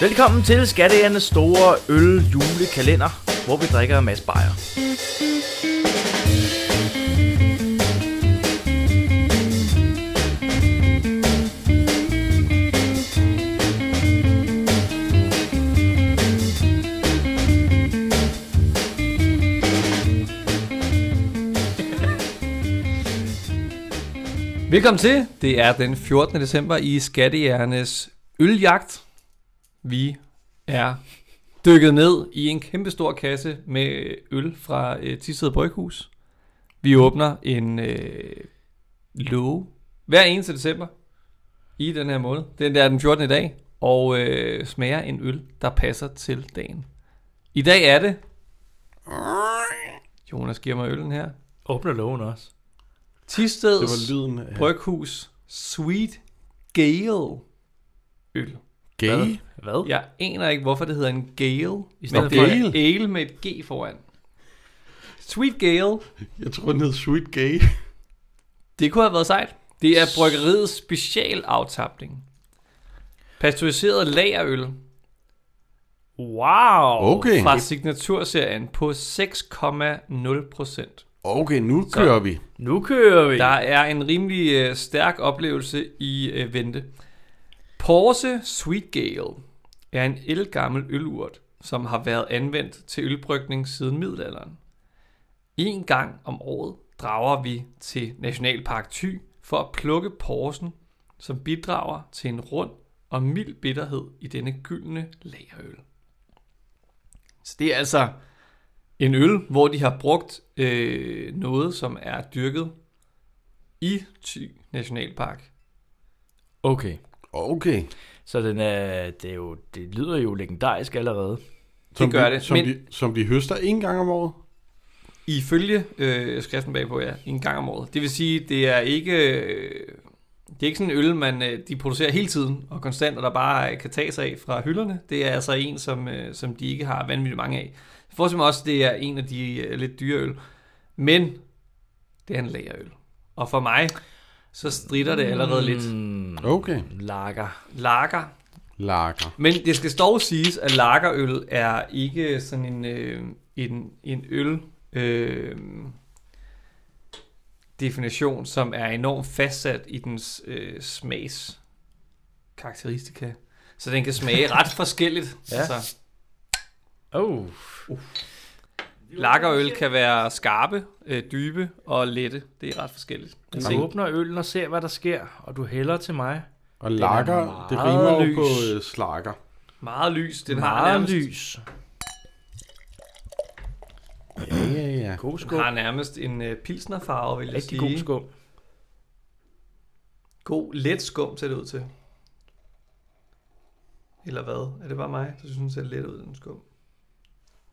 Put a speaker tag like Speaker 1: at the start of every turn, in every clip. Speaker 1: Velkommen til Skatteernes store øl julekalender, hvor vi drikker en masse bajer.
Speaker 2: Velkommen til. Det er den 14. december i Skattejernes øljagt. Vi er dykket ned i en kæmpe stor kasse med øl fra øh, Tisted Bryghus. Vi åbner en øh, låge hver eneste december i den her måned. Den der er den 14. i dag. Og øh, smager en øl, der passer til dagen. I dag er det... Jonas giver mig øllen her.
Speaker 3: Åbner lågen også.
Speaker 2: Tisteds...
Speaker 4: Det var lyden af
Speaker 2: Bryghus Sweet Gale øl.
Speaker 4: gay.
Speaker 3: Hvad?
Speaker 2: Jeg aner ikke, hvorfor det hedder en gale. I
Speaker 3: stedet
Speaker 2: stedet
Speaker 3: for
Speaker 2: for en ale med et G foran. Sweet Gale.
Speaker 4: Jeg tror, den hed Sweet Gay.
Speaker 2: Det kunne have været sejt. Det er bryggeriets specialaftapning. Pasteuriseret lagerøl
Speaker 3: Wow!
Speaker 4: Okay,
Speaker 2: fra signaturserien på 6,0 procent.
Speaker 4: okay nu kører vi.
Speaker 3: Nu kører vi.
Speaker 2: Der er en rimelig øh, stærk oplevelse i øh, vente. Porse Sweet Gale er en elgammel ølurt, som har været anvendt til ølbrygning siden middelalderen. En gang om året drager vi til Nationalpark Thy for at plukke porsen, som bidrager til en rund og mild bitterhed i denne gyldne lagerøl. Så det er altså en øl, hvor de har brugt øh, noget, som er dyrket i Thy Nationalpark.
Speaker 3: Okay.
Speaker 4: Okay.
Speaker 3: Så den er, det, er jo, det lyder jo legendarisk allerede.
Speaker 4: Som
Speaker 2: gør
Speaker 4: de,
Speaker 2: det,
Speaker 4: Som,
Speaker 2: men-
Speaker 4: de, som de høster en gang om året.
Speaker 2: Ifølge øh, skriften bagpå, ja, en gang om året. Det vil sige, det er ikke, øh, det er ikke sådan en øl, man øh, de producerer hele tiden og konstant, og der bare øh, kan tage sig af fra hylderne. Det er altså en, som, øh, som de ikke har vanvittigt mange af. Jeg forestiller mig også, det er en af de øh, lidt dyre øl. Men det er en lagerøl. Og for mig, så strider det allerede mm. lidt.
Speaker 3: Mm,
Speaker 4: Okay.
Speaker 3: lager.
Speaker 2: Lager,
Speaker 4: Lager.
Speaker 2: Men det skal dog siges, at lagerøl er ikke sådan en, øh, en, en øl øh, definition, som er enormt fastsat i dens øh, smags karakteristika. Så den kan smage ret forskelligt.
Speaker 3: Ja.
Speaker 2: ja. altså,
Speaker 3: Oh.
Speaker 2: lagerøl kan være skarpe, øh, dybe og lette. Det er ret forskelligt.
Speaker 3: Du
Speaker 2: Se.
Speaker 3: åbner øllen og ser, hvad der sker, og du hælder til mig.
Speaker 4: Og lager,
Speaker 3: meget
Speaker 4: det rimer jo
Speaker 3: lys.
Speaker 4: på øh, slager.
Speaker 2: Meget lys. Den har
Speaker 3: Meget
Speaker 2: nærmest,
Speaker 3: lys.
Speaker 4: Ja, ja, ja.
Speaker 3: God skum.
Speaker 2: Den har nærmest en øh, pilsnerfarve, vil jeg
Speaker 3: Rigtig
Speaker 2: sige.
Speaker 3: god skum.
Speaker 2: God, let skum ser det ud til. Eller hvad? Er det bare mig, der synes, det ser let ud, den skum?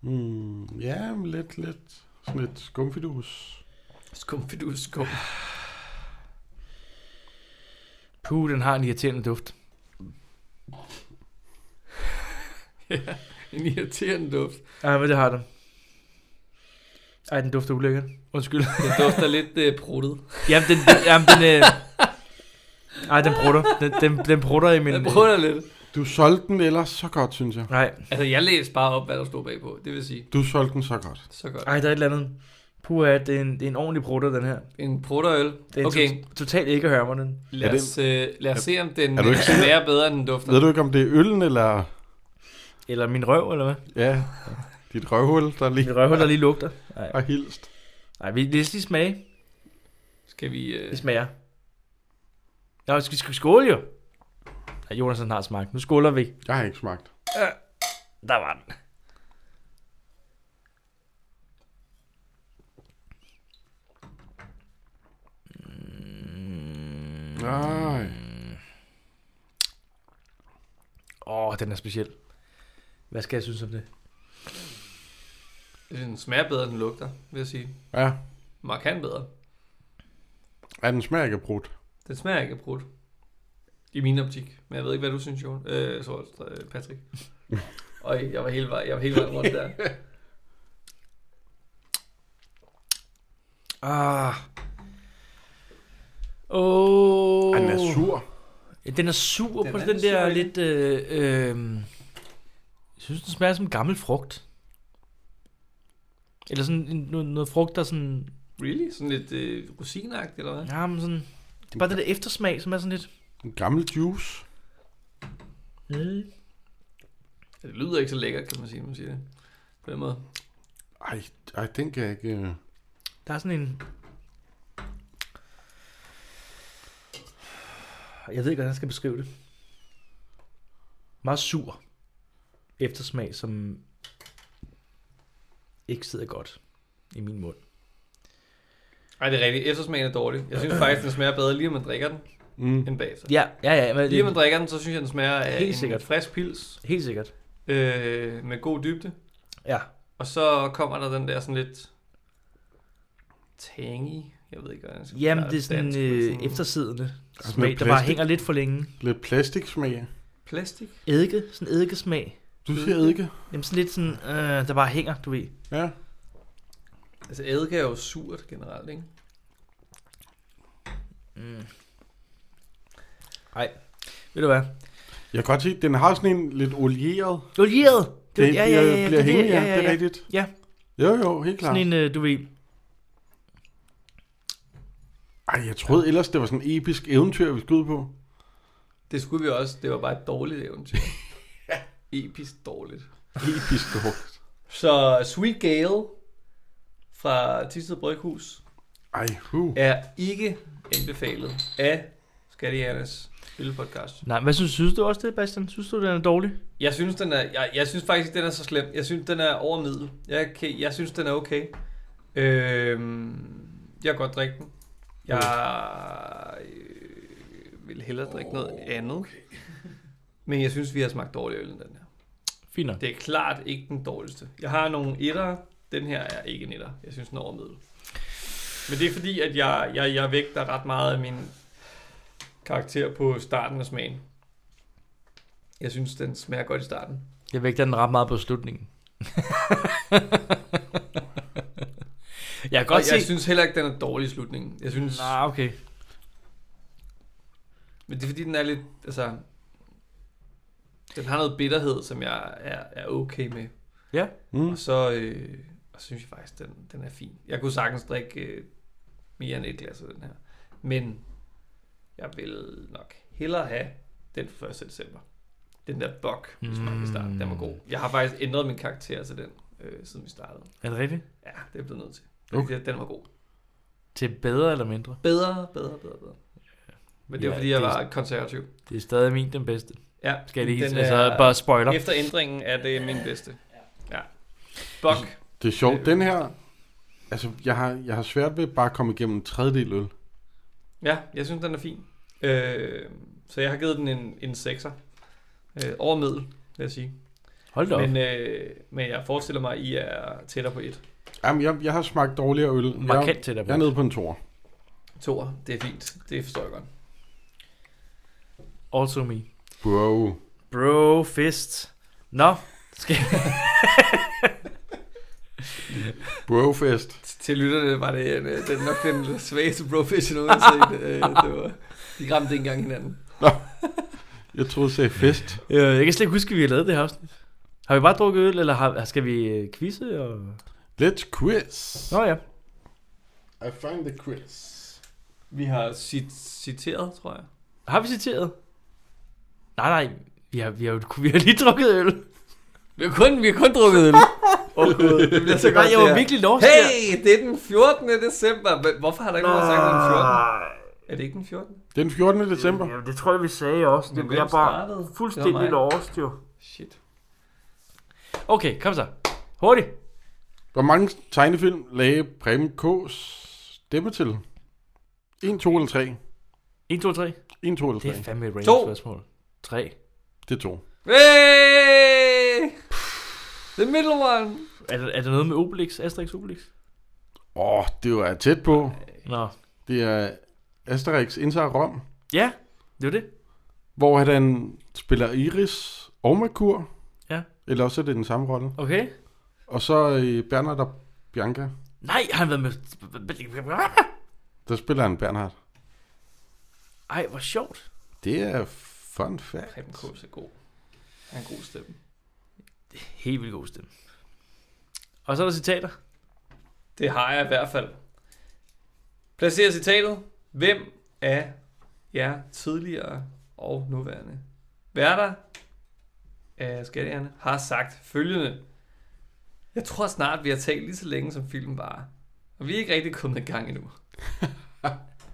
Speaker 4: Mm, ja, men lidt, lidt. Sådan lidt skumfidus.
Speaker 2: Skumfidus skum.
Speaker 3: Puh, den har en irriterende duft.
Speaker 2: En irriterende duft.
Speaker 3: Ej, men det har den. Ej, den dufter ulækkert. Undskyld.
Speaker 2: Den dufter lidt øh, pruttet.
Speaker 3: jamen, den... Jamen, den øh... Ej, den prutter. Den, den, den prutter i min...
Speaker 2: Den prutter lidt.
Speaker 4: Du solgte den ellers så godt, synes jeg.
Speaker 3: Nej,
Speaker 2: Altså, jeg læste bare op, hvad der stod bagpå. Det vil sige,
Speaker 4: Du solgte den så godt.
Speaker 2: så godt.
Speaker 3: Ej, der er et eller andet. Puh, det er en, det er en ordentlig brutter, den her.
Speaker 2: En prutterøl.
Speaker 3: Det er
Speaker 2: Okay,
Speaker 3: to- totalt ikke hørmeren.
Speaker 2: lad os, øh, lad os se, om den øh,
Speaker 4: Er du ikke sikker?
Speaker 2: smager bedre, end den dufter.
Speaker 4: Ved du ikke, om det er øllen eller...
Speaker 3: Eller min røv, eller hvad?
Speaker 4: Ja, dit røvhul, der lige
Speaker 3: Min røvhul, der lige lugter. Nej,
Speaker 4: har hilst.
Speaker 3: Nej vi lad os lige smage.
Speaker 2: Skal vi... Øh,
Speaker 3: Vi smager. Nå, vi skal, skal skåle jo. Ja, Jonas han har smagt. Nu skåler vi.
Speaker 4: Jeg har ikke smagt.
Speaker 3: Der var den.
Speaker 2: Mm.
Speaker 4: Nej.
Speaker 3: Åh, den er speciel. Hvad skal jeg synes om det?
Speaker 2: den smager bedre, end den lugter, vil jeg sige.
Speaker 4: Ja,
Speaker 2: Markant bedre.
Speaker 4: ja den smager ikke af brudt.
Speaker 2: Den smager ikke af brudt. I min optik. Men jeg ved ikke, hvad du synes, Jon. Øh, så, øh, Patrick. Og jeg var hele vejen, jeg var hele vejen rundt der.
Speaker 3: Ah. Åh.
Speaker 4: Den er sur.
Speaker 3: Ja, den er sur
Speaker 2: Den
Speaker 3: på
Speaker 2: er
Speaker 3: den
Speaker 2: sur,
Speaker 3: der
Speaker 2: ikke?
Speaker 3: lidt... Øh, øh, synes, den smager som gammel frugt. Eller sådan en, noget, noget frugt, der sådan...
Speaker 2: Really? Sådan lidt øh, rosinagtigt, eller hvad?
Speaker 3: Ja, men sådan... Det er bare det der eftersmag, som er sådan lidt...
Speaker 4: En gammel juice.
Speaker 3: Mm.
Speaker 2: Ja. Det lyder ikke så lækkert, kan man sige, når man siger det. På den måde.
Speaker 4: Ej, ej den kan jeg ikke... øh.
Speaker 3: Der er sådan en... Jeg ved ikke, hvordan jeg skal beskrive det. Meget sur eftersmag, som ikke sidder godt i min mund.
Speaker 2: Ej, det er rigtigt. Eftersmagen er dårlig. Jeg synes faktisk, den smager bedre lige, om man drikker den,
Speaker 4: Mm.
Speaker 2: end bagefter.
Speaker 3: Ja, ja, ja. Men
Speaker 2: Lige om man drikker den, så synes jeg, den smager af
Speaker 3: Helt
Speaker 2: en
Speaker 3: sikkert.
Speaker 2: frisk pils
Speaker 3: Helt sikkert.
Speaker 2: øh, med god dybde.
Speaker 3: Ja.
Speaker 2: Og så kommer der den der sådan lidt tangy. Jeg ved ikke, hvordan jeg skal
Speaker 3: Jamen,
Speaker 2: forklare
Speaker 3: det er sådan
Speaker 2: dansk,
Speaker 3: øh,
Speaker 2: men
Speaker 3: eftersiddende
Speaker 4: med
Speaker 3: smag, der bare
Speaker 4: plastik.
Speaker 3: hænger lidt for længe.
Speaker 4: Lidt plastiksmag.
Speaker 2: Plastik?
Speaker 3: Eddike, sådan eddikesmag.
Speaker 4: Du siger eddike?
Speaker 3: Jamen sådan lidt sådan, øh, der bare hænger, du ved.
Speaker 4: Ja.
Speaker 2: Altså, eddike er jo surt generelt, ikke?
Speaker 3: Mm. Ej, ved du hvad?
Speaker 4: Jeg kan godt se, den har sådan en lidt olieret.
Speaker 3: Olieret! Det,
Speaker 4: Det,
Speaker 3: ja, ja, ja,
Speaker 4: bliver
Speaker 3: ja, det, er
Speaker 4: hængende,
Speaker 3: det, ja, ja,
Speaker 4: det er
Speaker 3: ja.
Speaker 4: rigtigt.
Speaker 3: Ja.
Speaker 4: Jo, jo, helt klart.
Speaker 3: Sådan en, øh, du ved,
Speaker 4: Ej, jeg troede ellers, det var sådan en episk eventyr, vi skulle ud på.
Speaker 2: Det skulle vi også. Det var bare et dårligt eventyr. Episk dårligt.
Speaker 4: Episk hårdt.
Speaker 2: Så Sweet Gale fra Tisted Bryghus
Speaker 4: Ej, huh.
Speaker 2: er ikke anbefalet af Skattejernes Ølpodcast.
Speaker 3: nej, hvad synes, synes du også det, Bastian? Synes du, den er dårlig?
Speaker 2: Jeg synes, den er, jeg, jeg synes faktisk ikke, den er så slem. Jeg synes, den er over middel. Jeg, kan, jeg synes, den er okay. Øhm, jeg kan godt drikke den. Jeg øh, vil hellere drikke noget andet. Men jeg synes, vi har smagt dårlig øl end den her.
Speaker 3: Fint nok.
Speaker 2: Det er klart ikke den dårligste. Jeg har nogle etter. Den her er ikke en etter. Jeg synes, den er over middel. Men det er fordi, at jeg, jeg, jeg vægter ret meget af min karakter på starten af smagen. Jeg synes, den smager godt i starten.
Speaker 3: Jeg vægter den ret meget på slutningen. jeg kan
Speaker 2: Og
Speaker 3: godt
Speaker 2: jeg
Speaker 3: se...
Speaker 2: synes heller ikke, den er dårlig i slutningen. Jeg synes,
Speaker 3: Nej, okay.
Speaker 2: men det er fordi, den er lidt, altså, den har noget bitterhed, som jeg er, er okay med.
Speaker 4: Mm.
Speaker 2: Og så, øh, og så synes jeg faktisk, den, den er fin. Jeg kunne sagtens drikke øh, mere end et glas af den her. Men jeg vil nok hellere have den fra 1. december. Den der bok, hvis man kan starte. Den var god.
Speaker 3: Mm.
Speaker 2: Jeg har faktisk ændret min karakter til den, øh, siden vi startede.
Speaker 3: Er det rigtigt?
Speaker 2: Ja, det er jeg blevet nødt til.
Speaker 4: Okay.
Speaker 2: Okay. Den var god.
Speaker 3: Til bedre eller mindre?
Speaker 2: Bedre, bedre, bedre, bedre. Men det var
Speaker 3: Ja,
Speaker 2: fordi, jeg
Speaker 3: det er-
Speaker 2: var konservativ.
Speaker 3: Det er stadig min den bedste.
Speaker 2: Ja,
Speaker 3: Skal jeg lige
Speaker 2: den
Speaker 3: hilse?
Speaker 2: er-
Speaker 3: Altså, bare spoiler.
Speaker 2: Efter ændringen er det min bedste. Ja. Bok.
Speaker 4: Det er sjovt, den her... Altså, jeg har, jeg har svært ved bare at komme igennem en tredjedel øl.
Speaker 2: Ja, jeg synes, den er fin. Øh, så jeg har givet den en, en 6'er. Øh, over middel, vil jeg sige.
Speaker 3: Hold da op.
Speaker 2: Men, øh, men jeg forestiller mig, at I er tættere på et.
Speaker 4: Jamen, jeg, jeg har smagt dårligere øl.
Speaker 3: Markant
Speaker 4: Jeg,
Speaker 3: til dig.
Speaker 4: jeg er nede på en tor.
Speaker 2: Toer, det er fint. Det forstår jeg godt.
Speaker 3: Also me.
Speaker 4: Bro.
Speaker 3: Bro, fist. Nå, skal
Speaker 4: Brofest.
Speaker 2: Til lytterne var det, en, øh, det er nok den svageste professional, jeg har set. Øh, det var, de ramte ikke engang hinanden.
Speaker 4: Jeg troede, du sagde fest.
Speaker 3: øh, jeg kan slet ikke huske, at vi har lavet det her afsnit. Har vi bare drukket øl, eller har, skal vi øh, quizze? Og...
Speaker 4: Let's quiz.
Speaker 3: Nå ja.
Speaker 4: I find the quiz.
Speaker 2: Vi har cit- citeret, tror jeg.
Speaker 3: Har vi citeret? Nej, nej. Vi har, vi har, jo- vi har lige drukket øl.
Speaker 2: Vi har kun, vi har kun drukket øl. Åh, Gud, det bliver så godt.
Speaker 3: Altså, Nej, jeg
Speaker 2: det
Speaker 3: var
Speaker 2: her.
Speaker 3: virkelig lost der.
Speaker 2: Hey, det er den 14. december. Men Hvorfor har der ikke nogen sagt, at det er den 14.? Er det ikke den 14.?
Speaker 4: Den 14. december.
Speaker 3: Ah, Jamen, det tror jeg, vi sagde også.
Speaker 2: Men hvem startede? Det var mig.
Speaker 3: lost, jo.
Speaker 2: Shit.
Speaker 3: Okay, kom så. Hurtigt.
Speaker 4: Hvor mange tegnefilm lagde Preben K's stemme til? 1, 2 eller 3?
Speaker 3: 1, 2, 3.
Speaker 4: 1, 2 eller 3?
Speaker 3: Det er fandme et random
Speaker 2: To.
Speaker 3: spørgsmål. 3.
Speaker 4: Det er 2.
Speaker 2: Hey! The middle one.
Speaker 3: Er, der- er der noget med Obelix? Asterix Obelix?
Speaker 4: Åh, det var jeg tæt på.
Speaker 3: Nå.
Speaker 4: Det er Asterix indtager Rom,
Speaker 3: Ja, det var det.
Speaker 4: hvor han spiller Iris og Merkur.
Speaker 3: Ja.
Speaker 4: Eller også er det den samme rolle.
Speaker 3: Okay.
Speaker 4: Og så øh, Bernard og Bianca,
Speaker 3: Nej, har han været med...
Speaker 4: der spiller han Bernhard.
Speaker 3: Ej, hvor sjovt.
Speaker 4: Det er fun fact.
Speaker 2: Preben Kås er god. Han er en god stemme.
Speaker 3: Helt vildt god stemme. Og så er der citater.
Speaker 2: Det har jeg i hvert fald. Placer citatet. Hvem af jer tidligere og nuværende værter af skattejerne har sagt følgende? Jeg tror snart, vi har talt lige så længe, som filmen var. Og vi er ikke rigtig kommet i gang endnu.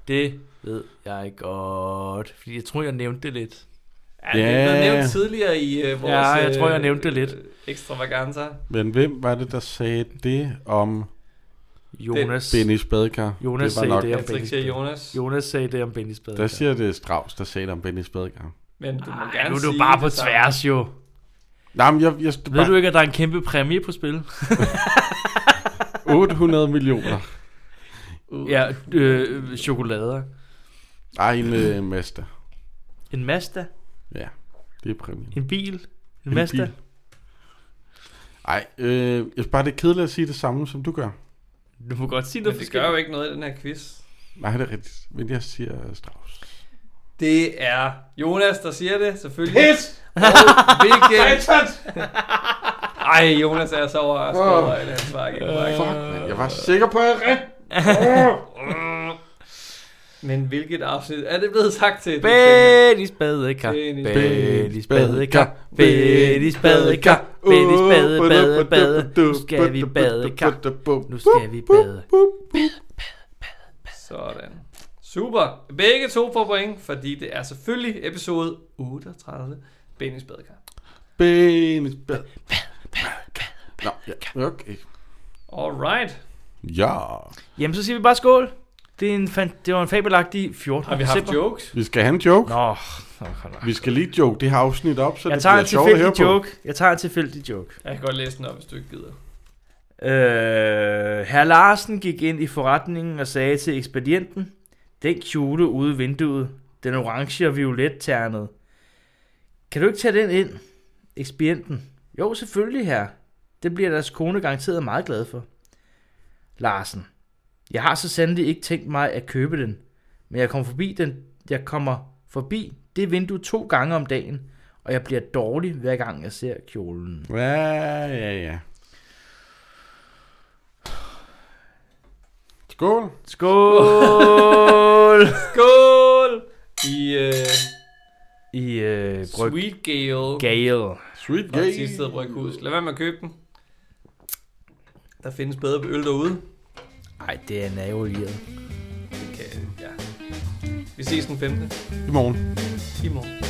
Speaker 3: Det ved jeg godt. Fordi jeg tror, jeg nævnte det lidt.
Speaker 2: Ja, det er blevet
Speaker 4: Ja.
Speaker 2: nævnt tidligere i øh, vores...
Speaker 3: Ja, jeg tror, jeg
Speaker 2: øh,
Speaker 3: nævnte det lidt.
Speaker 2: øh, Ekstravaganza.
Speaker 4: Men hvem var det, der sagde det om
Speaker 3: Jonas,
Speaker 4: Benny Spadekar?
Speaker 3: Jonas
Speaker 4: det var
Speaker 3: sagde det
Speaker 2: Jeg
Speaker 3: om
Speaker 2: tror
Speaker 3: Bennys
Speaker 2: ikke, det er
Speaker 3: bedre.
Speaker 2: Jonas. Jo.
Speaker 3: Jonas sagde det om Bennys bedre.
Speaker 4: Der siger det Strauss, der sagde det om Benny Spadekar.
Speaker 2: Men du må
Speaker 3: Ej,
Speaker 2: gerne
Speaker 3: nu er
Speaker 2: sige
Speaker 3: du bare på
Speaker 2: det samme.
Speaker 3: tværs jo.
Speaker 4: Nej, men jeg, jeg,
Speaker 3: Ved du ikke, at der er en kæmpe præmie på spil?
Speaker 4: 800 millioner.
Speaker 3: Ja, øh, chokolader.
Speaker 4: Ej, en øh, Mazda.
Speaker 3: En Mazda?
Speaker 4: Ja, det er præmien.
Speaker 3: En bil? En,
Speaker 4: En
Speaker 3: Mazda?
Speaker 4: bil. Ej, øh, jeg synes bare, det er kedeligt at sige det samme, som du gør.
Speaker 3: Du må godt sige
Speaker 2: Men
Speaker 3: noget
Speaker 2: det gør jo ikke noget i den her quiz.
Speaker 4: Nej, det er rigtigt. Men jeg siger Strauss.
Speaker 2: Det er Jonas, der siger det, selvfølgelig. Pis! Og hvilket... Ej, Jonas er så overrasket over, at han svarer ikke korrekt.
Speaker 4: Fuck, man. Jeg var sikker på, at jeg er
Speaker 2: Men hvilket afsnit er det blevet sagt til? Det tænker jeg.
Speaker 3: Bennys badekar.
Speaker 2: Bennys-
Speaker 3: Bennys badekar. Bennys badekar. Bennys bade, bade, bade. Nu skal vi badekar. Nu skal vi bade.
Speaker 2: Sådan. Super. Begge to får point, fordi det er selvfølgelig episode 38. Bennys badekar.
Speaker 4: Benis bad. Nå, ja, okay.
Speaker 2: Alright.
Speaker 4: Ja.
Speaker 3: Jamen, så siger vi bare skål. Det, er en fan, det var en fabelagtig 14.
Speaker 2: Har vi haft
Speaker 3: december.
Speaker 2: jokes?
Speaker 4: Vi skal have en joke.
Speaker 3: Nå, nå, kom da.
Speaker 4: Vi skal lige joke det her afsnit op, så
Speaker 3: Jeg
Speaker 4: det
Speaker 3: tager
Speaker 4: bliver
Speaker 3: en
Speaker 4: sjovt at høre
Speaker 3: tilfældig
Speaker 4: på.
Speaker 3: joke. Jeg tager en tilfældig joke.
Speaker 2: Jeg kan godt læse den op, hvis du ikke gider.
Speaker 3: Øh, herr Larsen gik ind i forretningen og sagde til ekspedienten, den kjole ude i vinduet, den orange og violet ternet. Kan du ikke tage den ind? Ekspedienten. Jo, selvfølgelig her. Det bliver deres kone garanteret meget glad for. Larsen. Jeg har så sandelig ikke tænkt mig at købe den, men jeg kommer forbi, den, jeg kommer forbi det vindue to gange om dagen, og jeg bliver dårlig hver gang jeg ser kjolen.
Speaker 4: Ja, ja, ja. Skål.
Speaker 3: Skål!
Speaker 2: Skål! I øh,
Speaker 3: i øh, bryg
Speaker 2: Sweet Gale.
Speaker 3: Gale.
Speaker 4: Sweet
Speaker 2: Og
Speaker 4: game.
Speaker 2: Tisted Bryghus. Lad være med at købe den. Der findes bedre øl derude.
Speaker 3: Ej, det er nerveolieret.
Speaker 2: Det kan, ja. Vi ses den 15.
Speaker 4: I morgen.
Speaker 2: i morgen.